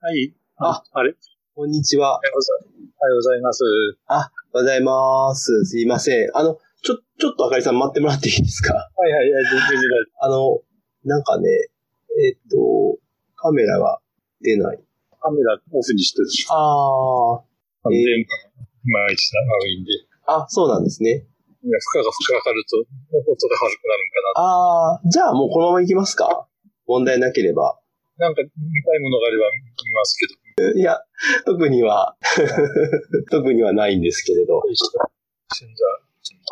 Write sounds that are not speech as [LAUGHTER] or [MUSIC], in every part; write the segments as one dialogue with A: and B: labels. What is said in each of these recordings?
A: はい。
B: あ、
A: あれ
B: こんにち
A: お
B: は
A: は。ようございおはようございます。
B: あ、おはようございます。すいません。あの、ちょ、ちょっとあかりさん待ってもらっていいですか
A: はいはい、はい、全然全然大丈
B: あの、なんかね、えっと、カメラが出ない。
A: 夫。カメラオフにしてるし。
B: あー。
A: 完
B: えー
A: 全に毎日長いんで。
B: あ、そうなんですね。
A: いや負荷が負荷がかかると、音が悪くなるんか
B: あー。じゃあもうこのまま行きますか問題なければ。
A: な。なんか、見たいものがあれば見ますけど。
B: いや、特には、 [LAUGHS] 特にはないんですけれど。
A: よいしょじ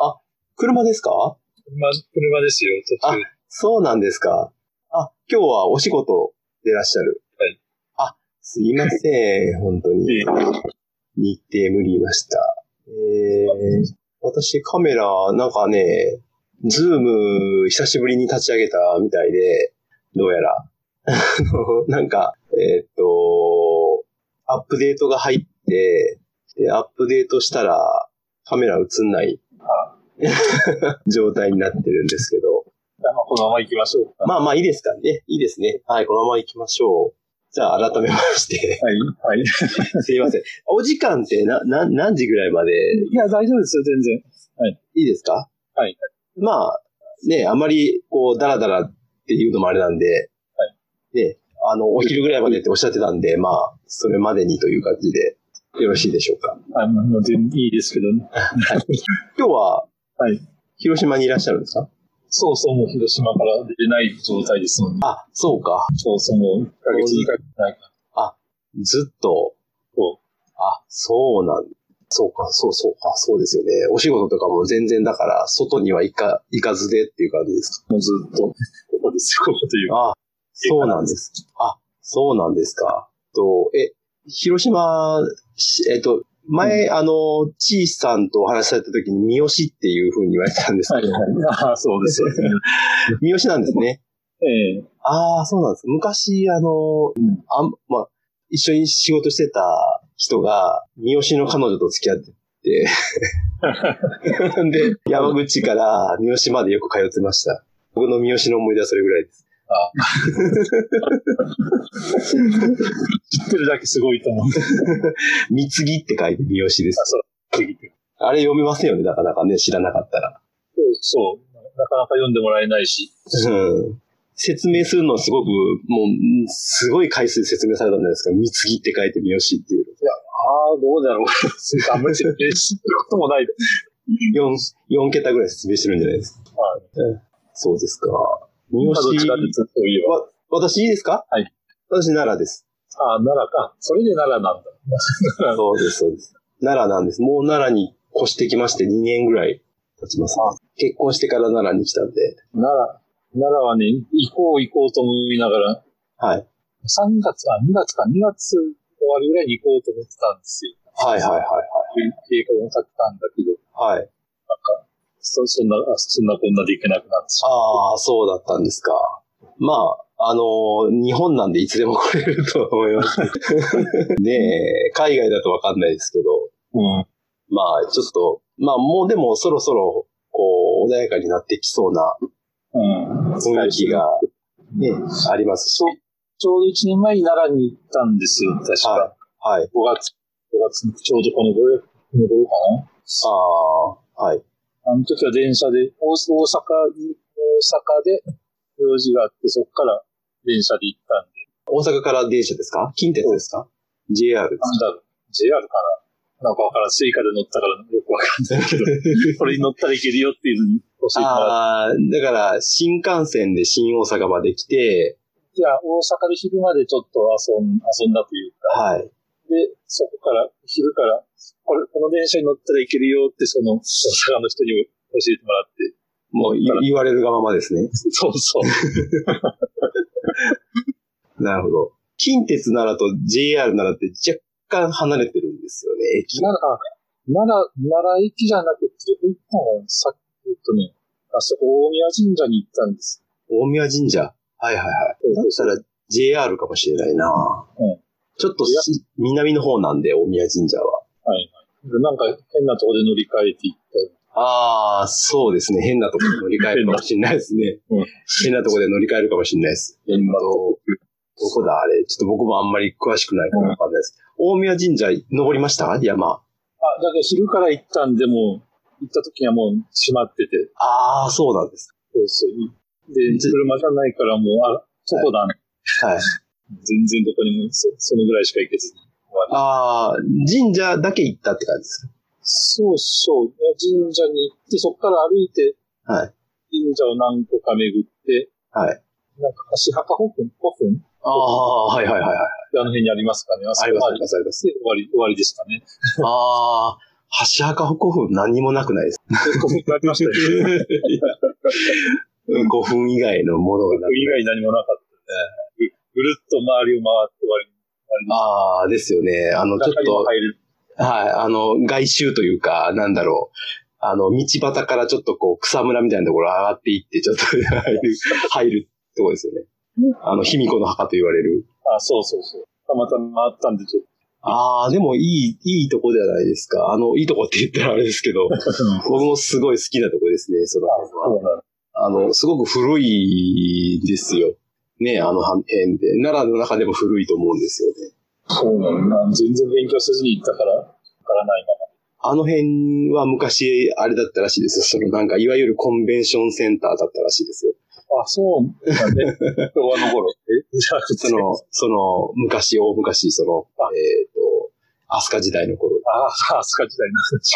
A: ゃあ、
B: 車ですか
A: 車、車ですよ、途中。
B: そうなんですか。あ、今日はお仕事でいらっしゃる。
A: はい。
B: あ、すいません、本当に。
A: いい
B: 日程無理言いました。えー、私カメラ、なんかね、ズーム久しぶりに立ち上げたみたいで、どうやら。 [LAUGHS] あのなんか、えーっと、アップデートが入って、で、アップデートしたらカメラ映んない [LAUGHS] 状態になってるんですけど。
A: じゃあまあこのまま行きましょうか。
B: まあまあいいですかね。いいですね。はい、このまま行きましょう。じゃあ改めまして、 [LAUGHS]
A: はい、はい。い
B: すいません。お時間ってな、な、何時ぐらいまで
A: や、大丈夫ですよ、全然。
B: いいですか
A: はい。
B: まあ、ね、あまり、こう、ダラダラっていうのもあれなんで、
A: は
B: ね、あの、お昼ぐらいまでっておっしゃってたんで、まあ、それまでにという感じで、よろしいでしょうか。
A: あの、もう全いいですけどね。
B: 今日は、
A: はい
B: 広島にいらっしゃるんですか
A: そうそう、もう広島から出れない状態ですもんね。
B: あ、そうか。
A: そうそう、もう、1ヶ月、2ヶ月ないか
B: ずっと、
A: そ
B: あ、そうなんそうか、そうそうか、そうですよね。お仕事とかも全然だから、外には行か、行かずでっていう感じですか
A: もうずっと、ここですよ、ここという。
B: あ、そうなんです。あ、そうなんですか。と、え、広島、しえっと、前、あの、ちいさんとお話しされた時に、三好っていう風に言われてたんです
A: は
B: け
A: いはい。ああ、そうですよね。
B: ど、三好なんですね。
A: ええ
B: ああ、そうなんです。昔、あの、あんまあ、一緒に仕事してた人が、三好の彼女と付き合ってて、
A: [LAUGHS]
B: で、山口から三好までよく通ってました。僕の三好の思い出はそれぐらいです。
A: 知ってるだけすごいと思うんです
B: 三つぎって書いて三好です。
A: けど。
B: あれ読めませんよね、なかなかね、知らなかったら。
A: そうそう。なかなか読んでもらえないし。
B: うん。説明するのはすごく、もう、んすごい回数説明されたんじゃないですか。三つぎって書いて三好っていう。
A: ああ、どうだろう。 [LAUGHS] あんまり説明することもない。
B: 四四桁ぐらい説明してるんじゃないですか。
A: はい
B: うん。そうですか。三
A: 今どっちかっ
B: 好。
A: てといえば。
B: 私いいですか
A: はい。
B: 私奈良です。
A: ああ、奈良か。それで奈良なんだ。はい
B: そうです、そうです。奈良なんです。もう奈良に越してきまして2年ぐらい経ちます、結婚してから奈良に来たんで。
A: 奈良、奈良はね、行こう行こうと思いながら、
B: はい。
A: 3月、あ、2月か、2月終わりぐらいに行こうと思ってたんですよ。
B: はいはいはい
A: 計画も立ってたんだけど、
B: はい。はい。
A: そそんな、あそんなこんなで行けなくなってしまう。
B: ああ、そうだったんですか。まあ、あのー日本なんでいつでも来れると思
A: [LAUGHS]
B: います。ねえ、海外だとわかんないですけど、
A: うん。
B: まあ、ちょっと、まあ、もうでもそろそろ、こう、穏やかになってきそうな
A: うん。
B: 雰囲気が、ね、ありますし、
A: ちょうど1年前に奈良に行ったんですよ、確か。
B: はい。
A: 5月、5月のちょうどこの頃、この頃か
B: ああ、はい。
A: な。あの時は電車で、大大阪に、大阪で用事があって、そこから電車で行ったんで、
B: 大阪から電車ですか近鉄ですか ?JR ですか
A: なんだろう、JR かななんかわからん、スイカで乗ったからよくわかんないけど、
B: [LAUGHS]
A: これに乗ったらいけるよっていうのに教 [LAUGHS] えてもらって。
B: ああ、だから、新幹線で新大阪まで来て、
A: いや、大阪で昼までちょっと遊ん遊んだというか、
B: はい。
A: で、そこから、昼から、これ、この電車に乗ったらいけるよって、その、大阪の人に教えてもらって。
B: もうい言われるがままですね。
A: そうそう。
B: なるほど。近鉄ならと JR ならって若干離れてるんですよね、駅が。
A: 奈良、あ奈良、奈良駅じゃなくて、どこ行ったのさっき、えっとね、あそこ、大宮神社に行ったんです。
B: 大宮神社。はいはいはい。
A: そう
B: だ
A: そう
B: ったら JR かもしれないな、
A: うん
B: ちょっとし南の方なんで、大宮神社は。
A: でなんか、変なとこで乗り換えて行ったよ。
B: ああ、そうですね。変な [LAUGHS] とこで乗り換えるかもしれないですね。
A: うん
B: 変なとこで乗り換えるかもしれないです。
A: 変なとこ。
B: どこだあれ。ちょっと僕もあんまり詳しくないからわかんないです。大宮神社登りました山。
A: あ、だから昼から行ったんで、もう、行った時にはもう閉まってて、
B: ああ、そうなんです。
A: そうそう。で、車じゃないからもう、あ、ここだね。
B: はい。
A: 全然どこにも、そそのぐらいしか行けずに終わり。
B: ああ、神社だけ行ったって感じです
A: そうそう。神社に行って、そこから歩いて、
B: かはい。
A: 神社を何個か巡って、
B: はい。
A: なんか橋墓古墳古墳って
B: ああ、はいはいはいはい。
A: あの辺にありますかね。あ
B: ありますあり
A: で
B: ますあります。
A: 終わり、終わりでしたね。
B: ああ、橋墓古墳何にもなくない [LAUGHS] です。
A: 結構ありま [LAUGHS] したよ。
B: 古墳以外のものがなく
A: 以外何もなかったです。ぐぐるっと周りを回って終わり。
B: ああ、ですよね。あの、ちょっ
A: 中にも
B: と、
A: 入る。
B: はい、あの、外周というか、なんだろう。あの、道端からちょっとこう、草むらみたいなところ上がっていって、ちょっと入る、入るとこですよね。あの、卑弥呼の墓と言われる。
A: あ、そうそうそう。たまたまあったんで、ちょっと。
B: ああ、でもいい、いいとこではないですか。あの、いいとこって言ったらあれですけど、僕もすごい好きなとこですね、その辺は。
A: そうなの
B: あの、すごく古いですよ。ね、あの辺で。奈良の中でも古いと思うんですよね。
A: そうなんだ。全然勉強せずに行ったから、わからない
B: あの辺は昔、あれだったらしいですよ。そのなんか、いわゆるコンベンションセンターだったらしいですよ。
A: まま。あ、そうなんだ [LAUGHS] ね。昭和の頃。えじゃあ、普
B: その、その、昔、大昔、その、えっ、と、飛鳥時代の頃。
A: ああ、飛鳥時代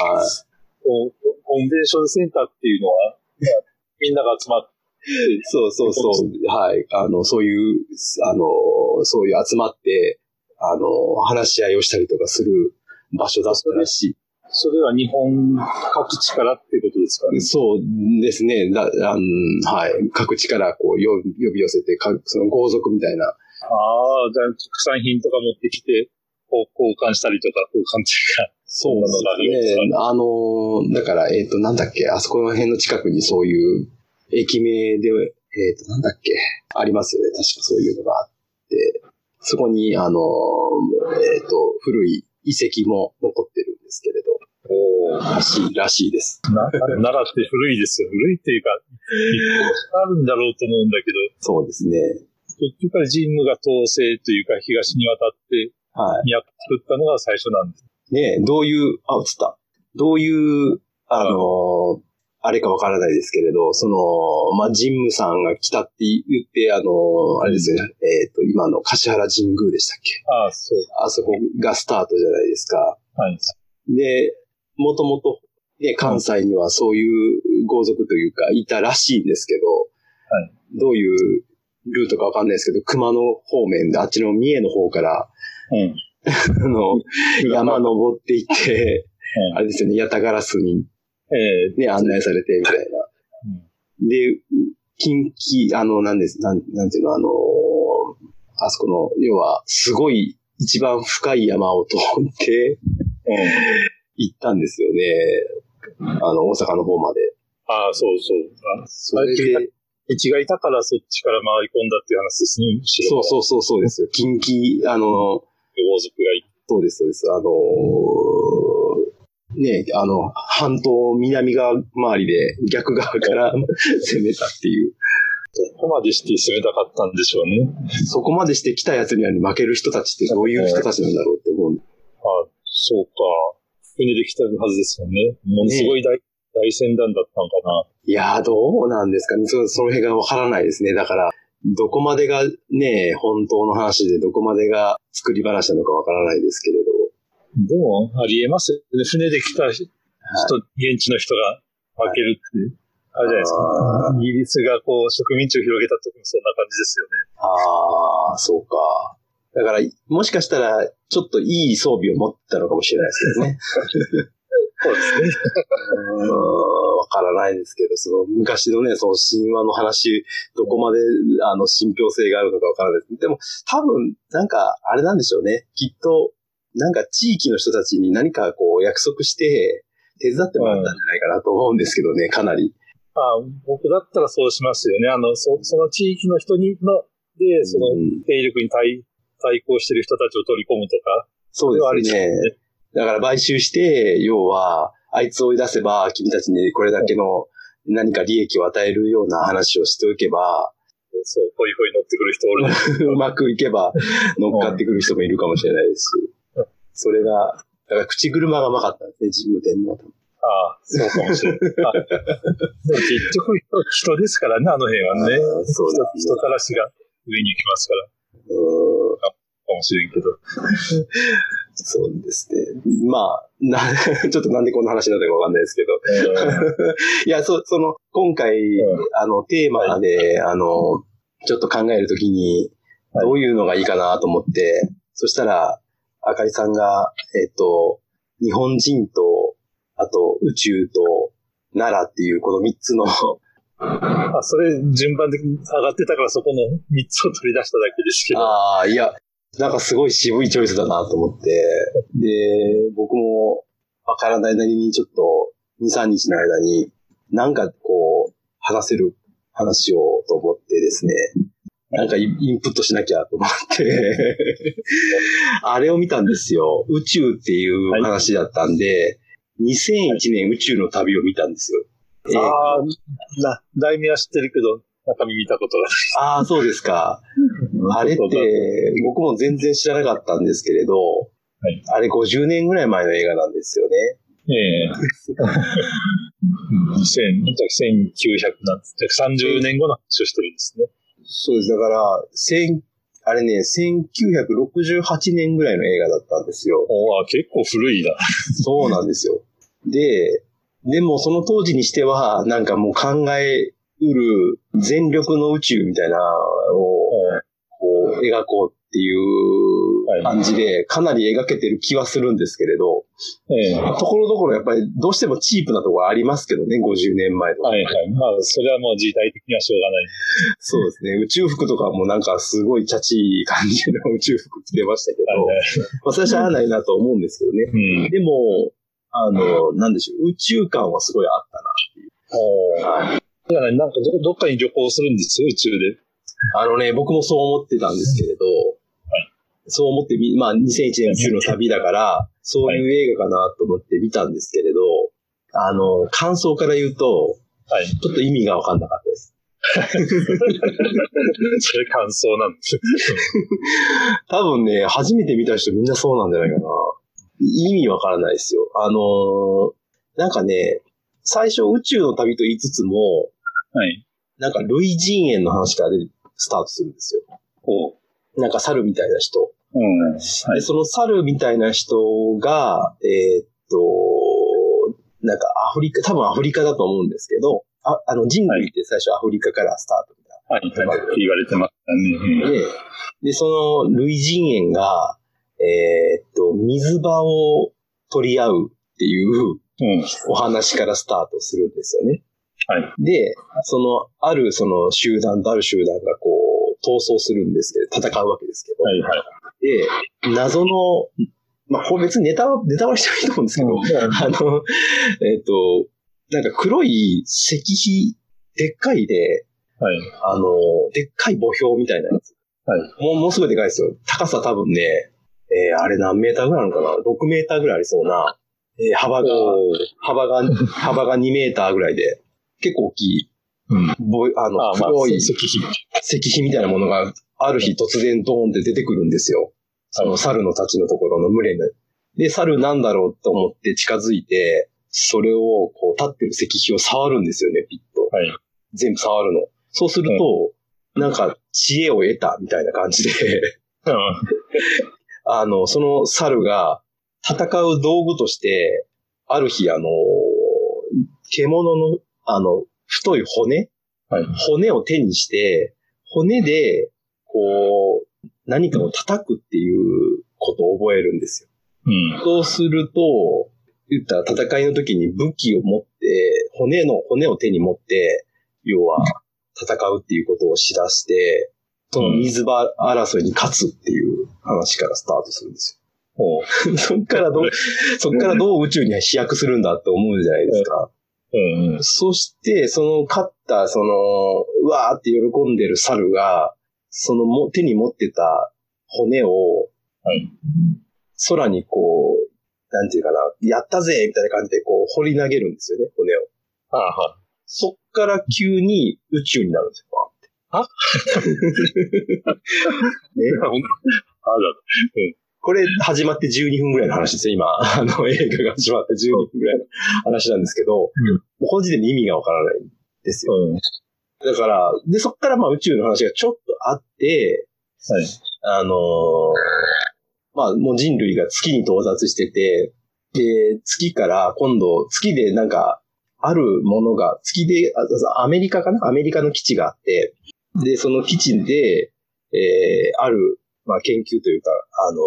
A: の
B: はい
A: 話。こうコンベンションセンターっていうのは、みんなが集まって、
B: そうそうそう。はい。あの、そういう、あの、そういう集まって、あの、話し合いをしたりとかする場所だったらしい。
A: それは日本各地からっていうことですかね。
B: そうですね。だあんはい。各地からこうよ呼び寄せて、かその豪族みたいな。
A: ああ、じゃあ、特産品とか持ってきて、こう交換したりとか、交換っていうか。
B: そう
A: なの
B: ですね。あのー、だから、えっ、と、なんだっけ、あそこの辺の近くにそういう駅名で、えっ、と、なんだっけ、ありますよね。確かそういうのがあって、そこに、あのー、えっ、と、古い遺跡も残ってるんですけれど、
A: おお。
B: らしい、らしいです。
A: な奈 [LAUGHS] 良って古いですよ。古いっていうか、あるんだろうと思うんだけど、
B: そうですね。
A: 結局は神武が東西というか東に渡って
B: は
A: 都作ったのが最初なんです。
B: い。ねえどういう、あ、映った。どういう、あのーあれかわからないですけれど、その、まあ、神武さんが来たって言って、あのーあれですよね、えっ、と、今の橿原神宮でしたっけ
A: ああ、そう。
B: あそこがスタートじゃないですか。
A: はい。
B: で、もともと、ね、関西にはそういう豪族というか、いたらしいんですけど、
A: は
B: どういうルートかわかんないですけど、熊野方面で、あっちの三重の方から、
A: うん。
B: あの、山登っていっ
A: う
B: て、
A: ん
B: あれですよね、ヤタガラスに
A: ええ
B: ね、案内されて、みたいな。で、近畿、あの、なんです、なん、なんていうの、あのーあそこの、要は、すごい、一番深い山を通って、
A: うん。
B: 行ったんですよね。あの、大阪の方まで。
A: ああ、そうそう。あ
B: そ
A: れ
B: れ
A: で
B: で、
A: 道がいたからそっちから回り込んだっていう話ですね。
B: そうそうそうそうですよ。近畿、あの、
A: う。王族がいて。
B: そうです、そうです。あのーねあの、半島南側周りで逆側から [LAUGHS] 攻めたっていう。
A: ここまでして攻めたかったんでしょうね。
B: そこまでして来たやつには負ける人たちってどういう人たちなんだろうって思うんで
A: ああ、そうか。船で来たはずですもんね。ものすごい大、大船団だったのかな。
B: いやー、どうなんですかね。そその辺がわからないですね。だから、どこまでがね、本当の話で、どこまでが作り話なのかわからないですけれど。
A: でも、ありえますよね。船で来た人、現地の人が負けるって、あれじゃないですか。
B: あー
A: イギリスがこう植民地を広げた時もそんな感じですよね。
B: ああ、そうか。だから、もしかしたら、ちょっといい装備を持ってたのかもしれないですけどね。
A: そうですね。
B: うーんわからないですけど、その昔のね、その神話の話、どこまで、あの、信憑性があるのかわからないです。でも、多分、なんか、あれなんでしょうね。きっと、なんか地域の人たちに何かこう、約束して、手伝ってもらったんじゃないかなと思うんですけどね、かなり。
A: まあ、僕だったらそうしますよね。あの、そその地域の人にの、で、その、
B: うん
A: 勢力に対、対抗してる人たちを取り込むとか。
B: そうですね
A: あります。
B: だから買収して、要は、あいつを追い出せば、君たちにこれだけの何か利益を与えるような話をしておけば、
A: そう、ホイホイ乗ってくる人おる。
B: [LAUGHS] うまくいけば乗っかってくる人もいるかもしれないです
A: うん。
B: それが、だから口車がうまかったんですね、事務店の。
A: ああ、そうかもしれない。あでも結局人ですからね、あの辺はね。
B: あーそうだね
A: 人人たらしが上に行きますから、
B: うん
A: かもしれんけど。
B: そうですね。まあ、な、 [LAUGHS] ちょっとなんでこんな話になったかわかんないですけど。 [LAUGHS] いや、そ、その、今回、
A: うん
B: あの、テーマで、あの、ちょっと考えるときに、
A: はい
B: どういうのがいいかなと思って、そしたら、あかりさんが、えっと、日本人と、あと、宇宙と、奈良っていう、この3つの、
A: あ、それ順番で上がってたからそこの3つを取り出しただけですけど。
B: ああ、いや、なんかすごい渋いチョイスだなと思って、で、僕もわからないなりにちょっと2、3日の間に、なんかこう、話せる話をと思ってですね、なんかイインプットしなきゃと思って、 [LAUGHS] あれを見たんですよ。宇宙っていう話だったんで、2001年宇宙の旅を見たんですよ。えー
A: ああ、な、題名は知ってるけど、中身見たこと
B: ああ、そうですか。あれっ
A: そうだ
B: て、僕も全然知らなかったんですけれど、
A: い
B: あれ50年ぐらい前の映画なんですよね。
A: が。え [LAUGHS] え2000 1900なんつって、30年後の話をしてるんですね。
B: そうです。だから、千あれね、1968年ぐらいの映画だったんですよ。
A: おーあ結構古いな。
B: [LAUGHS] そうなんですよ。で、でもその当時にしては、なんかもう考えうる全力の宇宙みたいなのをこう描こうっていう感じで、かなり描けてる気はするんですけれど、
A: ええは
B: ところどころやっぱりどうしてもチープなところありますけどね、50年前とか。
A: いはい。まあ、それはもう時代的にはしょうがない。
B: そうですね。宇宙服とかもなんかすごいチャチい感じの [LAUGHS] 宇宙服着てましたけど、まあそれはしゃあないなと思うんですけどね。
A: うん。
B: でも、あの、なんでしょう、宇宙感はすごいあった
A: おーだからなんかどどっかに旅行するんですよ、宇宙で。
B: な。あのね、僕もそう思ってたんですけれど、そう思ってみ、まあ2001年宇宙の旅だから、そういう映画かなと思って見たんですけれど、あの、感想から言うと、
A: はい。
B: ちょっと意味がわかんなかったです。
A: それ感想なんですよ。
B: 多分ね、初めて見た人みんなそうなんじゃないかな。意味わからないですよ。あのーなんかね、最初宇宙の旅と言いつつも、
A: はい。
B: なんか類人猿の話からでスタートするんですよ。
A: おう。
B: なんか猿みたいな人。
A: うん。はい
B: で、その猿みたいな人が、えーっと、なんかアフリカ、多分アフリカだと思うんですけど、ああの人類って最初アフリカからスタートみたいな。
A: はい。はい言われてましたね。
B: で、で、その類人猿が、えーっと、水場を取り合うっていう
A: うん。
B: お話からスタートするんですよね。
A: はい。
B: で、その、あるその集団とある集団がこう、闘争するんですけど、戦うわけですけど、
A: はいはい。
B: で、謎の、まあ、これ別にネタは、ネタバレしてもいいと思うんですけど、あの、えーっと、なんか黒い石碑、でっかいで、
A: はい。
B: あの、でっかい墓標みたいなやつ。
A: はい
B: もう、もうすごいでかいですよ。高さ多分ね、えーあれ何メーターぐらいなのかな ?6 メーターぐらいありそうな。えー幅が、幅
A: [LAUGHS]
B: が、幅が2メーターぐらいで、結構大きい、
A: うん。
B: ぼあの、
A: ああ、まあ、
B: 黒い石
A: 石碑。
B: 碑みたいなものが、ある日突然ドーンって出てくるんですよ。その猿のたちのところの群れに。で、猿なんだろうと思って近づいて、それをこう立ってる石碑を触るんですよね、ピッと。
A: はい。
B: 全部触るの。そうすると、なんか知恵を得たみたいな感じで、 [LAUGHS]
A: うん。
B: あの、その猿が戦う道具として、ある日、あの、獣の、あの、太い骨、
A: はい
B: 骨を手にして、骨で、こう、何かを叩くっていうことを覚えるんですよ。
A: うん。
B: そうすると、言ったら戦いの時に武器を持って、骨の、骨を手に持って、要は戦うっていうことをしだして、その水場争いに勝つっていう話からスタートするんです
A: おう。
B: よ。 [LAUGHS] そっからどう、そっからどう宇宙に飛躍するんだって思うじゃないですか。
A: うん。うん。
B: そして、その勝った、その、うわーって喜んでる猿が、そのも手に持ってた骨を、
A: はい
B: 空にこう、なんていうかな、やったぜみたいな感じでこう、掘り投げるんですよね、骨を。
A: ああ、は
B: そっから急に宇宙になるんですよ。
A: ほんとあだと。
B: これ始まって12分ぐらいの話ですよ、今。 [LAUGHS] あの、映画が始まって12分ぐらいの話なんですけど、
A: ん
B: もうこの時点で意味がわからないんですよ。
A: うん。は
B: だから、で、そっからまあ宇宙の話がちょっとあって、
A: い。
B: あのーまあもう人類が月に到達してて、で、月から今度、月でなんか、あるものが、月で、あアメリカかなアメリカの基地があって、で、その基地で、えーある、まあ、研究というか、あの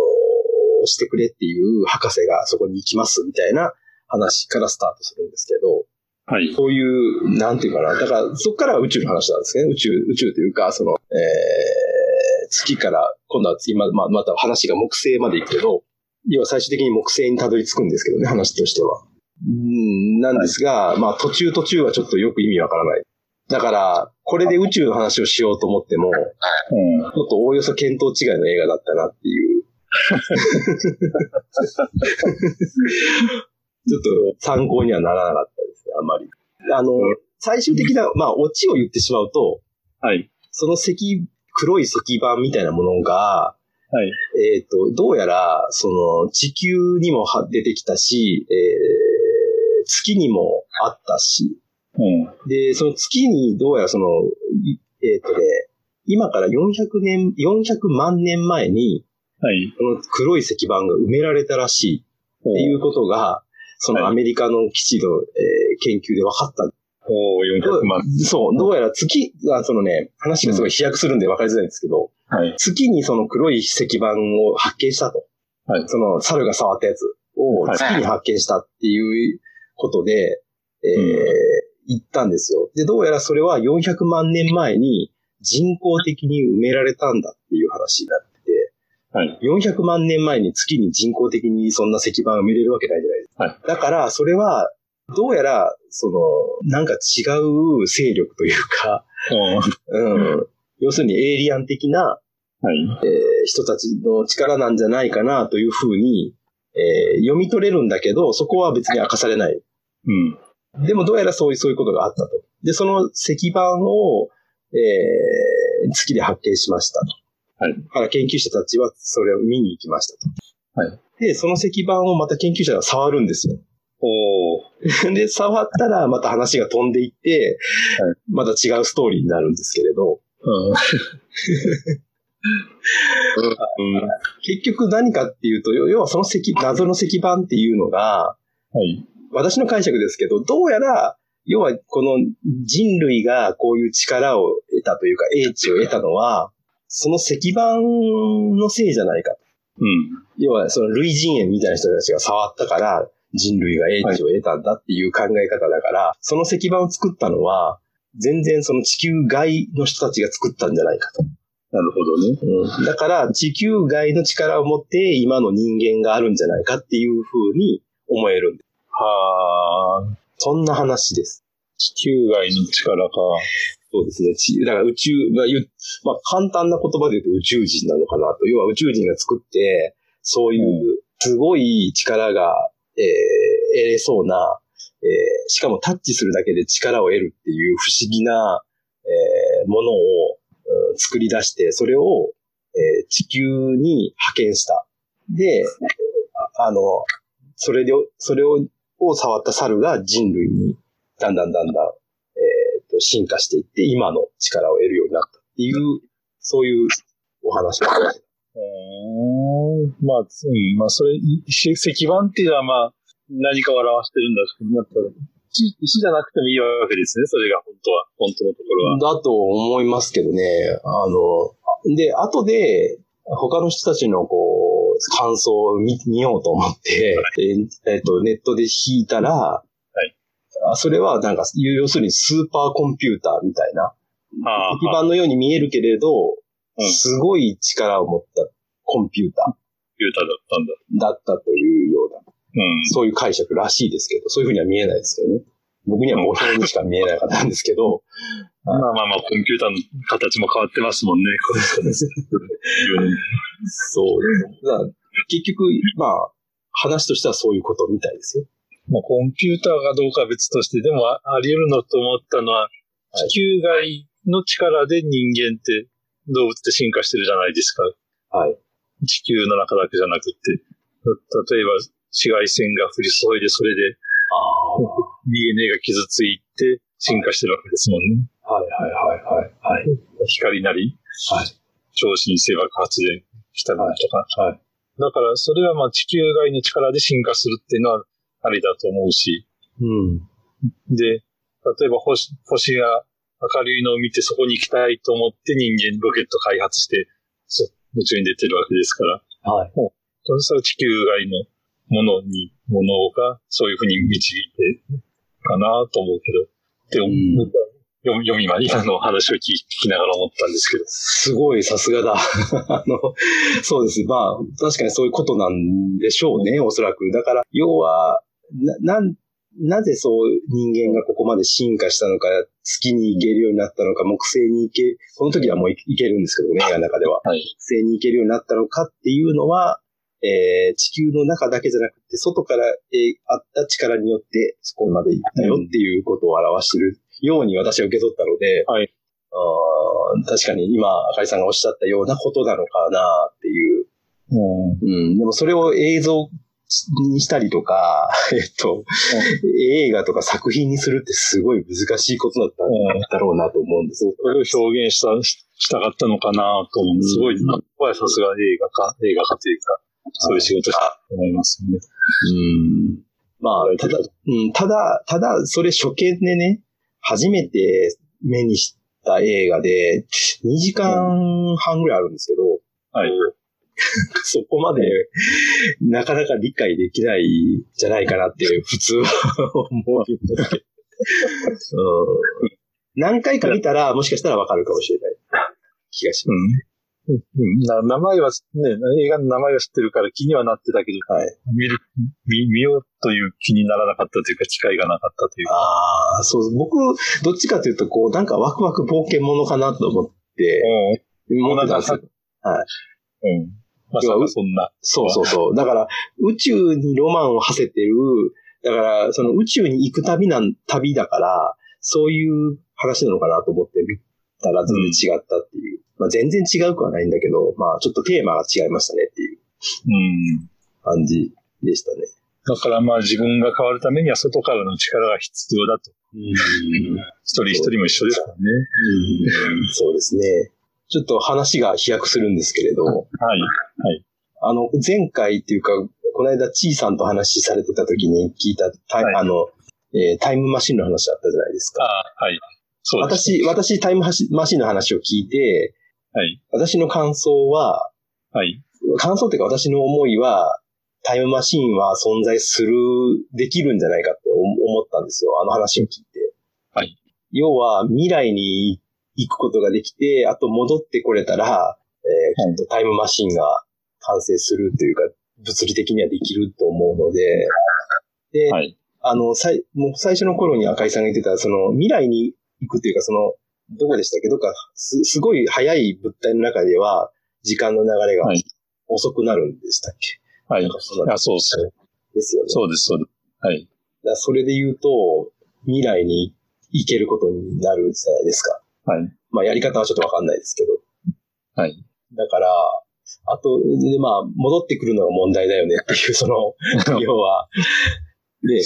B: ーしてくれっていう博士がそこに行きますみたいな話からスタートするんですけど、
A: はい。
B: そういう、なんていうかな。だから、そこから宇宙の話なんですね。宇宙、宇宙というか、その、えー、月から、今度は今、まあ、また話が木星まで行くけど、要は最終的に木星にたどり着くんですけどね、話としては。うん、なんですが、まあ、途中途中はちょっとよく意味わからない。だから、これで宇宙の話をしようと思っても、ち
A: うん。
B: ょっとおおよそ見当違いの映画だったなっ
A: [LAUGHS]
B: ていう。ちょっと参考にはならなかったですね、あんまり。あの、最終的な、まあ、オチを言ってしまうと、
A: はい。
B: その石、黒い石板みたいなものが、
A: はい。
B: えっ、と、どうやら、その、地球にもは出てきたし、えー月にもあったし、
A: うん。
B: で、その月にどうやらその、いえっ、とね、今から400年、400万年前に、
A: はい。
B: この黒い石板が埋められたらしいっていうことが、そのアメリカの基地の、えー研究で分かった
A: おー、400万。
B: そう、どうやら月が、そのね、話がすごい飛躍するんで分かりづらいんですけど、
A: はい。
B: 月にその黒い石板を発見したと。
A: はい
B: その猿が触ったやつを
A: はい
B: 月に発見したっていうことで、えー
A: うん
B: 言ったんですよ。で、どうやらそれは400万年前に人工的に埋められたんだっていう話になってて、
A: はい。
B: 400万年前に月に人工的にそんな石板埋めれるわけないじゃないですか。
A: はい
B: だから、それは、どうやら、その、なんか違う勢力というか、
A: うん。
B: うん、要するにエイリアン的な
A: はい。
B: 人たちの力なんじゃないかなというふうに、えー読み取れるんだけど、そこは別に明かされない。
A: うん。
B: でもどうやらそういう、そういうことがあったと。で、その石板を、えー月で発見しましたと。
A: はい
B: だから研究者たちはそれを見に行きましたと。
A: はい
B: で、その石板をまた研究者が触るんですよ。 [LAUGHS]
A: おー。
B: で、触ったらまた話が飛んでいって、
A: は
B: また違うストーリーになるんですけれど、
A: うん。
B: 結局何かっていうと、要要はその石、謎の石板っていうのが、
A: はい。
B: 私の解釈ですけど、どうやら、要はこの人類がこういう力を得たというか、英知を得たのは、その石板のせいじゃないか。
A: うん。
B: 要はその類人猿みたいな人たちが触ったから、人類が英知を得たんだっていう考え方だから、その石板を作ったのは、全然その地球外の人たちが作ったんじゃないかと。
A: なるほどね。
B: うんだから、地球外の力を持って今の人間があるんじゃないかっていう風に思えるんです。
A: はあ。
B: そんな話です。
A: 地球外の力か。
B: そうですね。ちだから宇宙、まあ、ゆまあ、簡単な言葉で言うと宇宙人なのかなと。要は宇宙人が作って、そういうすごい力が、えー得れそうな、えーしかもタッチするだけで力を得るっていう不思議な、えーものを、うん作り出して、それを、えー地球に派遣した。で、ああの、それで、それをを触った猿が人類に、だんだんだんだん、えーと、進化していって、今の力を得るようになったっていう、そういうお話です。
A: うーん。まあ、うん。まあ、それ、い石石板っていうのは、まあ、何かを表してるんだけど、やっぱり石石じゃなくてもいいわけですね、それが、本当は。本当のところは。
B: だと思いますけどね。あの、で、後で、他の人たちのこう、感想を見見ようと思って、えーえーと、ネットで引いたら、
A: い
B: あそれはなんか、要するにスーパーコンピューターみたいな、
A: あ
B: 基盤のように見えるけれど、
A: うん
B: すごい力を持ったコンピューター。
A: ピューターだったんだ。
B: だったというような、
A: うん。
B: そういう解釈らしいですけど、そういうふうには見えないですけどね。僕には模型にしか見えなかったんですけど、
A: まあまあまあ、コンピューターの形も変わってますもんね、 [LAUGHS] これからです
B: そうです。だから結局、まあ、話としてはそういうことみたいですよ。
A: まあ、コンピューターがどうかは別として、でもああり得るのと思ったのは、
B: はい
A: 地球外の力で人間って、動物って進化してるじゃないですか。
B: はい。
A: 地球の中だけじゃなくって。た例えば、紫外線が降り注いで、それで
B: あー
A: DNA が傷ついて進化してるわけですもんね。
B: はいはいはいはい。はい。
A: 光なり、
B: はい。
A: 超新星爆発電したりとか。
B: はい。
A: だから、それはまあ地球外の力で進化するっていうのはありだと思うし、
B: うん。
A: で、例えば星、星が明るいのを見てそこに行きたいと思って人間ロケット開発して、そ宇宙に出てるわけですから、
B: はい。
A: そしたら地球外のものに、ものがそういうふうに導いてるかなと思うけど、って思
B: うん
A: 僕は読み読みまで今の話を聞き聞きながら思ったんですけど、
B: すごい、さすがだ。 [LAUGHS] あの、そうです。まあ、確かにそういうことなんでしょうね、おそらく。だから、要は、な、なん、なぜそう人間がここまで進化したのか、月に行けるようになったのか、木星に行け、この時はもう行行けるんですけどね、映画の中では。
A: はい。
B: 木星に行けるようになったのかっていうのは、えー地球の中だけじゃなくて、外から、えーあった力によって、そこまで行ったよっていうことを表しているように私は受け取ったので、
A: はい
B: あー確かに今、あかりさんがおっしゃったようなことなのかなっていう。
A: うん。
B: うん、でもそれを映像にしたりとか、 [LAUGHS] えっと、映画とか作品にするってすごい難しいことだったんだろうなと思うんです。
A: それを表現した、ししたかったのかなと思う。すごい、ここはさすが映画か、映画かというか、そういう仕事したと思いますよね。
B: うんまあ、ただ、うん、ただ、ただ、それ初見でね、初めて目にした映画で、2時間半ぐらいあるんですけど、
A: はい。
B: [LAUGHS] そこまで、なかなか理解できないんじゃないかなって、普通は思うんですけど。うん、何回か見たら、もしかしたらわかるかもしれない気がしま
A: うん。うんな名前は、ね、映画の名前は知ってるから気にはなってたけど、
B: す。はい。
A: 見る、見、見ようという気にならなかったというか、機会がなかったというか。
B: ああ、そう、僕、どっちかというと、こう、なんかワクワク冒険ものかなと思って、思ってたんですよ
A: うん。うん。まさかそんな。
B: そうそうそう。だから、宇宙にロマンを馳せてる、だから、その宇宙に行く旅なん、旅だから、そういう話なのかなと思って見たら全然違ったっていう。まあ全然違うくはないんだけど、まあちょっとテーマが違いましたねっていう
A: うん。
B: 感じでしたね。
A: だからまあ自分が変わるためには外からの力が必要だと。
B: うん。
A: 一人一人も一緒ですからね。
B: そうですね。ちょっと話が飛躍するんですけれど、
A: はい。
B: あの、前回っていうか、この間、ちーさんと話しされてた時に聞いたタイ、
A: はい
B: あの、えータイムマシンの話だったじゃないですか。
A: ああ、はい。そうです。
B: 私、私、タイムマシマシンの話を聞いて、
A: はい。
B: 私の感想は、
A: はい。
B: 感想っていうか私の思いは、タイムマシンは存在する、できるんじゃないかって思思ったんですよ。あの話を聞いて。
A: はい。
B: 要は、未来に行くことができて、あと戻ってこれたら、えー
A: はい
B: きっとタイムマシンが完成するというか、物理的にはできると思うので、で、
A: はい。
B: あの、さいもう最初の頃に赤井さんが言ってた、その未来に行くというか、その、どこでしたっけどっか、す、すごい早い物体の中では、時間の流れが
A: はい
B: 遅くなるんでしたっけ、
A: はい
B: なん。かそうなん
A: あ、そうです。
B: ですよね。
A: そうです、そうです。はい。
B: だからそれで言うと、未来に行けることになるじゃないですか。
A: はい。
B: まあ、やり方はちょっとわかんないですけど。
A: はい。
B: だから、あと、で、まあ、戻ってくるのが問題だよねっていう、その、
A: [LAUGHS]
B: 要は、で、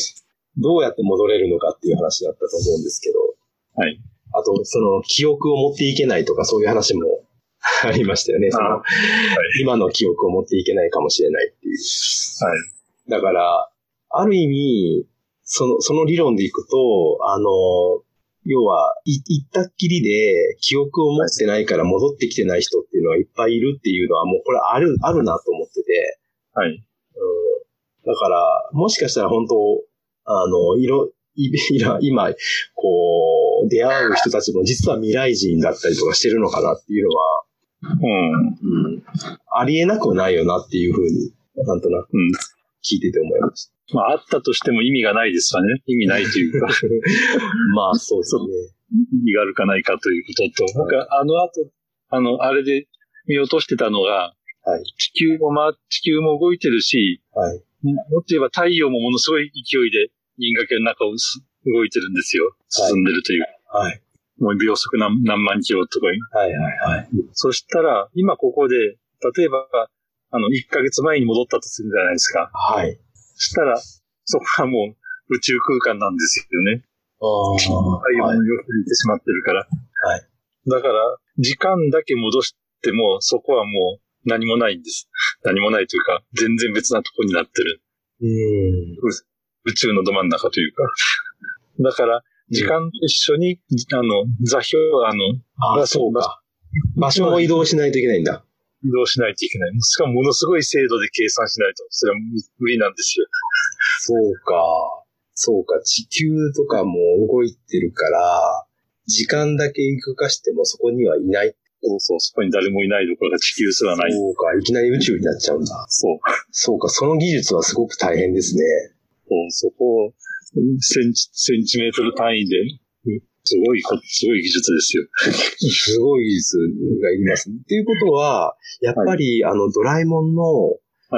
B: どうやって戻れるのかっていう話だったと思うんですけど、
A: はい。
B: あと、その、記憶を持っていけないとか、そういう話も [LAUGHS] ありましたよね。その
A: あはい
B: 今の記憶を持っていけないかもしれないっていう。
A: はい。
B: だから、ある意味、その、その理論でいくと、あの、要は、い行ったっきりで、記憶を持ってないから戻ってきてない人っていうのはいっぱいいるっていうのは、もうこれある、あるなと思ってて、
A: はい。
B: うん。だから、もしかしたら本当、あの、いろ、い [LAUGHS] いろ今、こう、出会う人たちも実は未来人だったりとかしてるのかなっていうのは、
A: うん。
B: うん。ありえなくはないよなっていうふうに、なんとなく
A: うん。
B: 聞いてて思いました。
A: まあ、あったとしても意味がないですわね。意味ないという
B: [LAUGHS]
A: か、
B: まあ、そうですね。
A: 意味があるかないかということと、僕はあの後、あの、あれで見落としてたのが、
B: はい
A: 地球も、ま、地球も動いてるし、
B: はい。
A: もっと言えば太陽もものすごい勢いで銀河系の中をす動いてるんですよ。進んでるという。
B: はい。
A: もう秒速何何万キロとかいう
B: はいはいはい。
A: そしたら、今ここで、例えば、あの、1ヶ月前に戻ったとするじゃないですか。
B: はい。
A: そしたら、そこはもう宇宙空間なんですよね。
B: ああ
A: 太陽
B: は
A: の
B: い。
A: よくにてしまってるから。
B: はい。
A: だから、時間だけ戻しても、そこはもう何もないんです。 [LAUGHS] 何もないというか、全然別なとこになってる。
B: うん。
A: 宇宙のど真ん中というか。 [LAUGHS] だから、時間と一緒に、あの、座標、あの、
B: ああ、そうか。場所も移動しないといけないんだ。
A: 移動しないといけない。しかもものすごい精度で計算しないと、それは無理なんですよ。
B: そうか。そうか。地球とかも動いてるから、時間だけ行くかしてもそこにはいない。
A: そうそう、そこに誰もいないどころか地球すらない。
B: そうか。いきなり宇宙になっちゃうんだ。
A: そう。
B: そうか。その技術はすごく大変ですね。
A: そうそこを、センチ、センチメートル単位で、すごいこ、すごい技術ですよ。
B: すごい技術がいりますね。っていうことは、やっぱり、あの、ドラえもんの、
A: は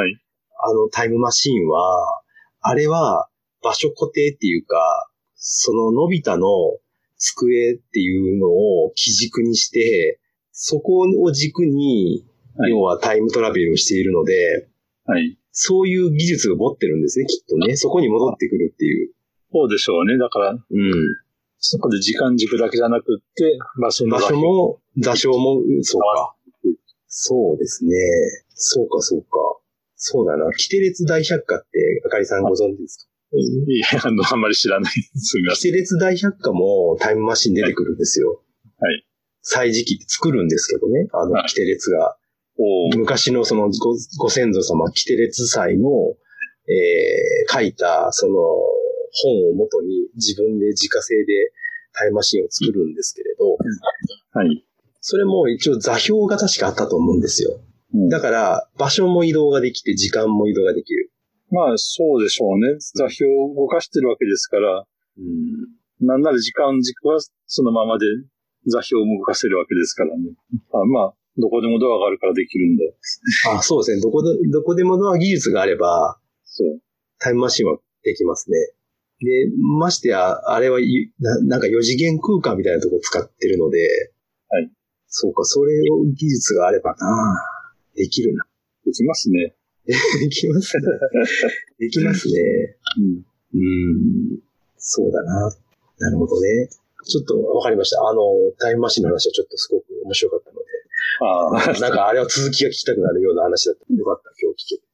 A: い。
B: あの、タイムマシーンは、あれは、場所固定っていうか、その、のび太の机っていうのを基軸にして、そこを軸に、
A: はい
B: 要はタイムトラベルをしているので、
A: はい。
B: そういう技術を持ってるんですね、きっとね。そこに戻ってくるっていう。
A: そうでしょうね。だから、
B: うん。
A: そこで時間軸だけじゃなくって、場所の
B: 場所も、座礁も、そうか。そうですね。そうか、そうか。そうだな。キテレツ大百科って、あかりさんご存知ですか
A: いや、あの、あんまり知らないですが。
B: キテレツ大百科もタイムマシン出てくるんですよ。
A: はい。
B: 歳時記って作るんですけどね。あの
A: は、い
B: キテレツが。
A: おー
B: 昔のそのごご先祖様、キテレツ祭の、えー書いた、その、本をもとに自分で自家製でタイムマシンを作るんですけれど、
A: はい。
B: それも一応座標が確かあったと思うんですよ。
A: うん
B: だから、場所も移動ができて、時間も移動ができる。
A: まあ、そうでしょうね。座標を動かしてるわけですから、
B: うん。
A: なんなら時間軸はそのままで座標も動かせるわけですからね。あまあ、どこでもドアがあるからできるんで。
B: あ、そうですね。どこで、どこでもの技術があれば、
A: そう。
B: タイムマシンはできますね。で、ましてや、あれはいな、なんか4次元空間みたいなとこ使ってるので、
A: はい。
B: そうか、それを技術があればな、できるな。 [LAUGHS]
A: できますね。
B: できます
A: [LAUGHS]
B: ね。できますね。
A: うん。
B: うん。そうだな。なるほどね。ちょっとわかりました。あの、タイムマシンの話はちょっとすごく面白かったので、
A: ああ。
B: なんかあれは続きが聞きたくなるような話だったのでよかった、今日聞けて。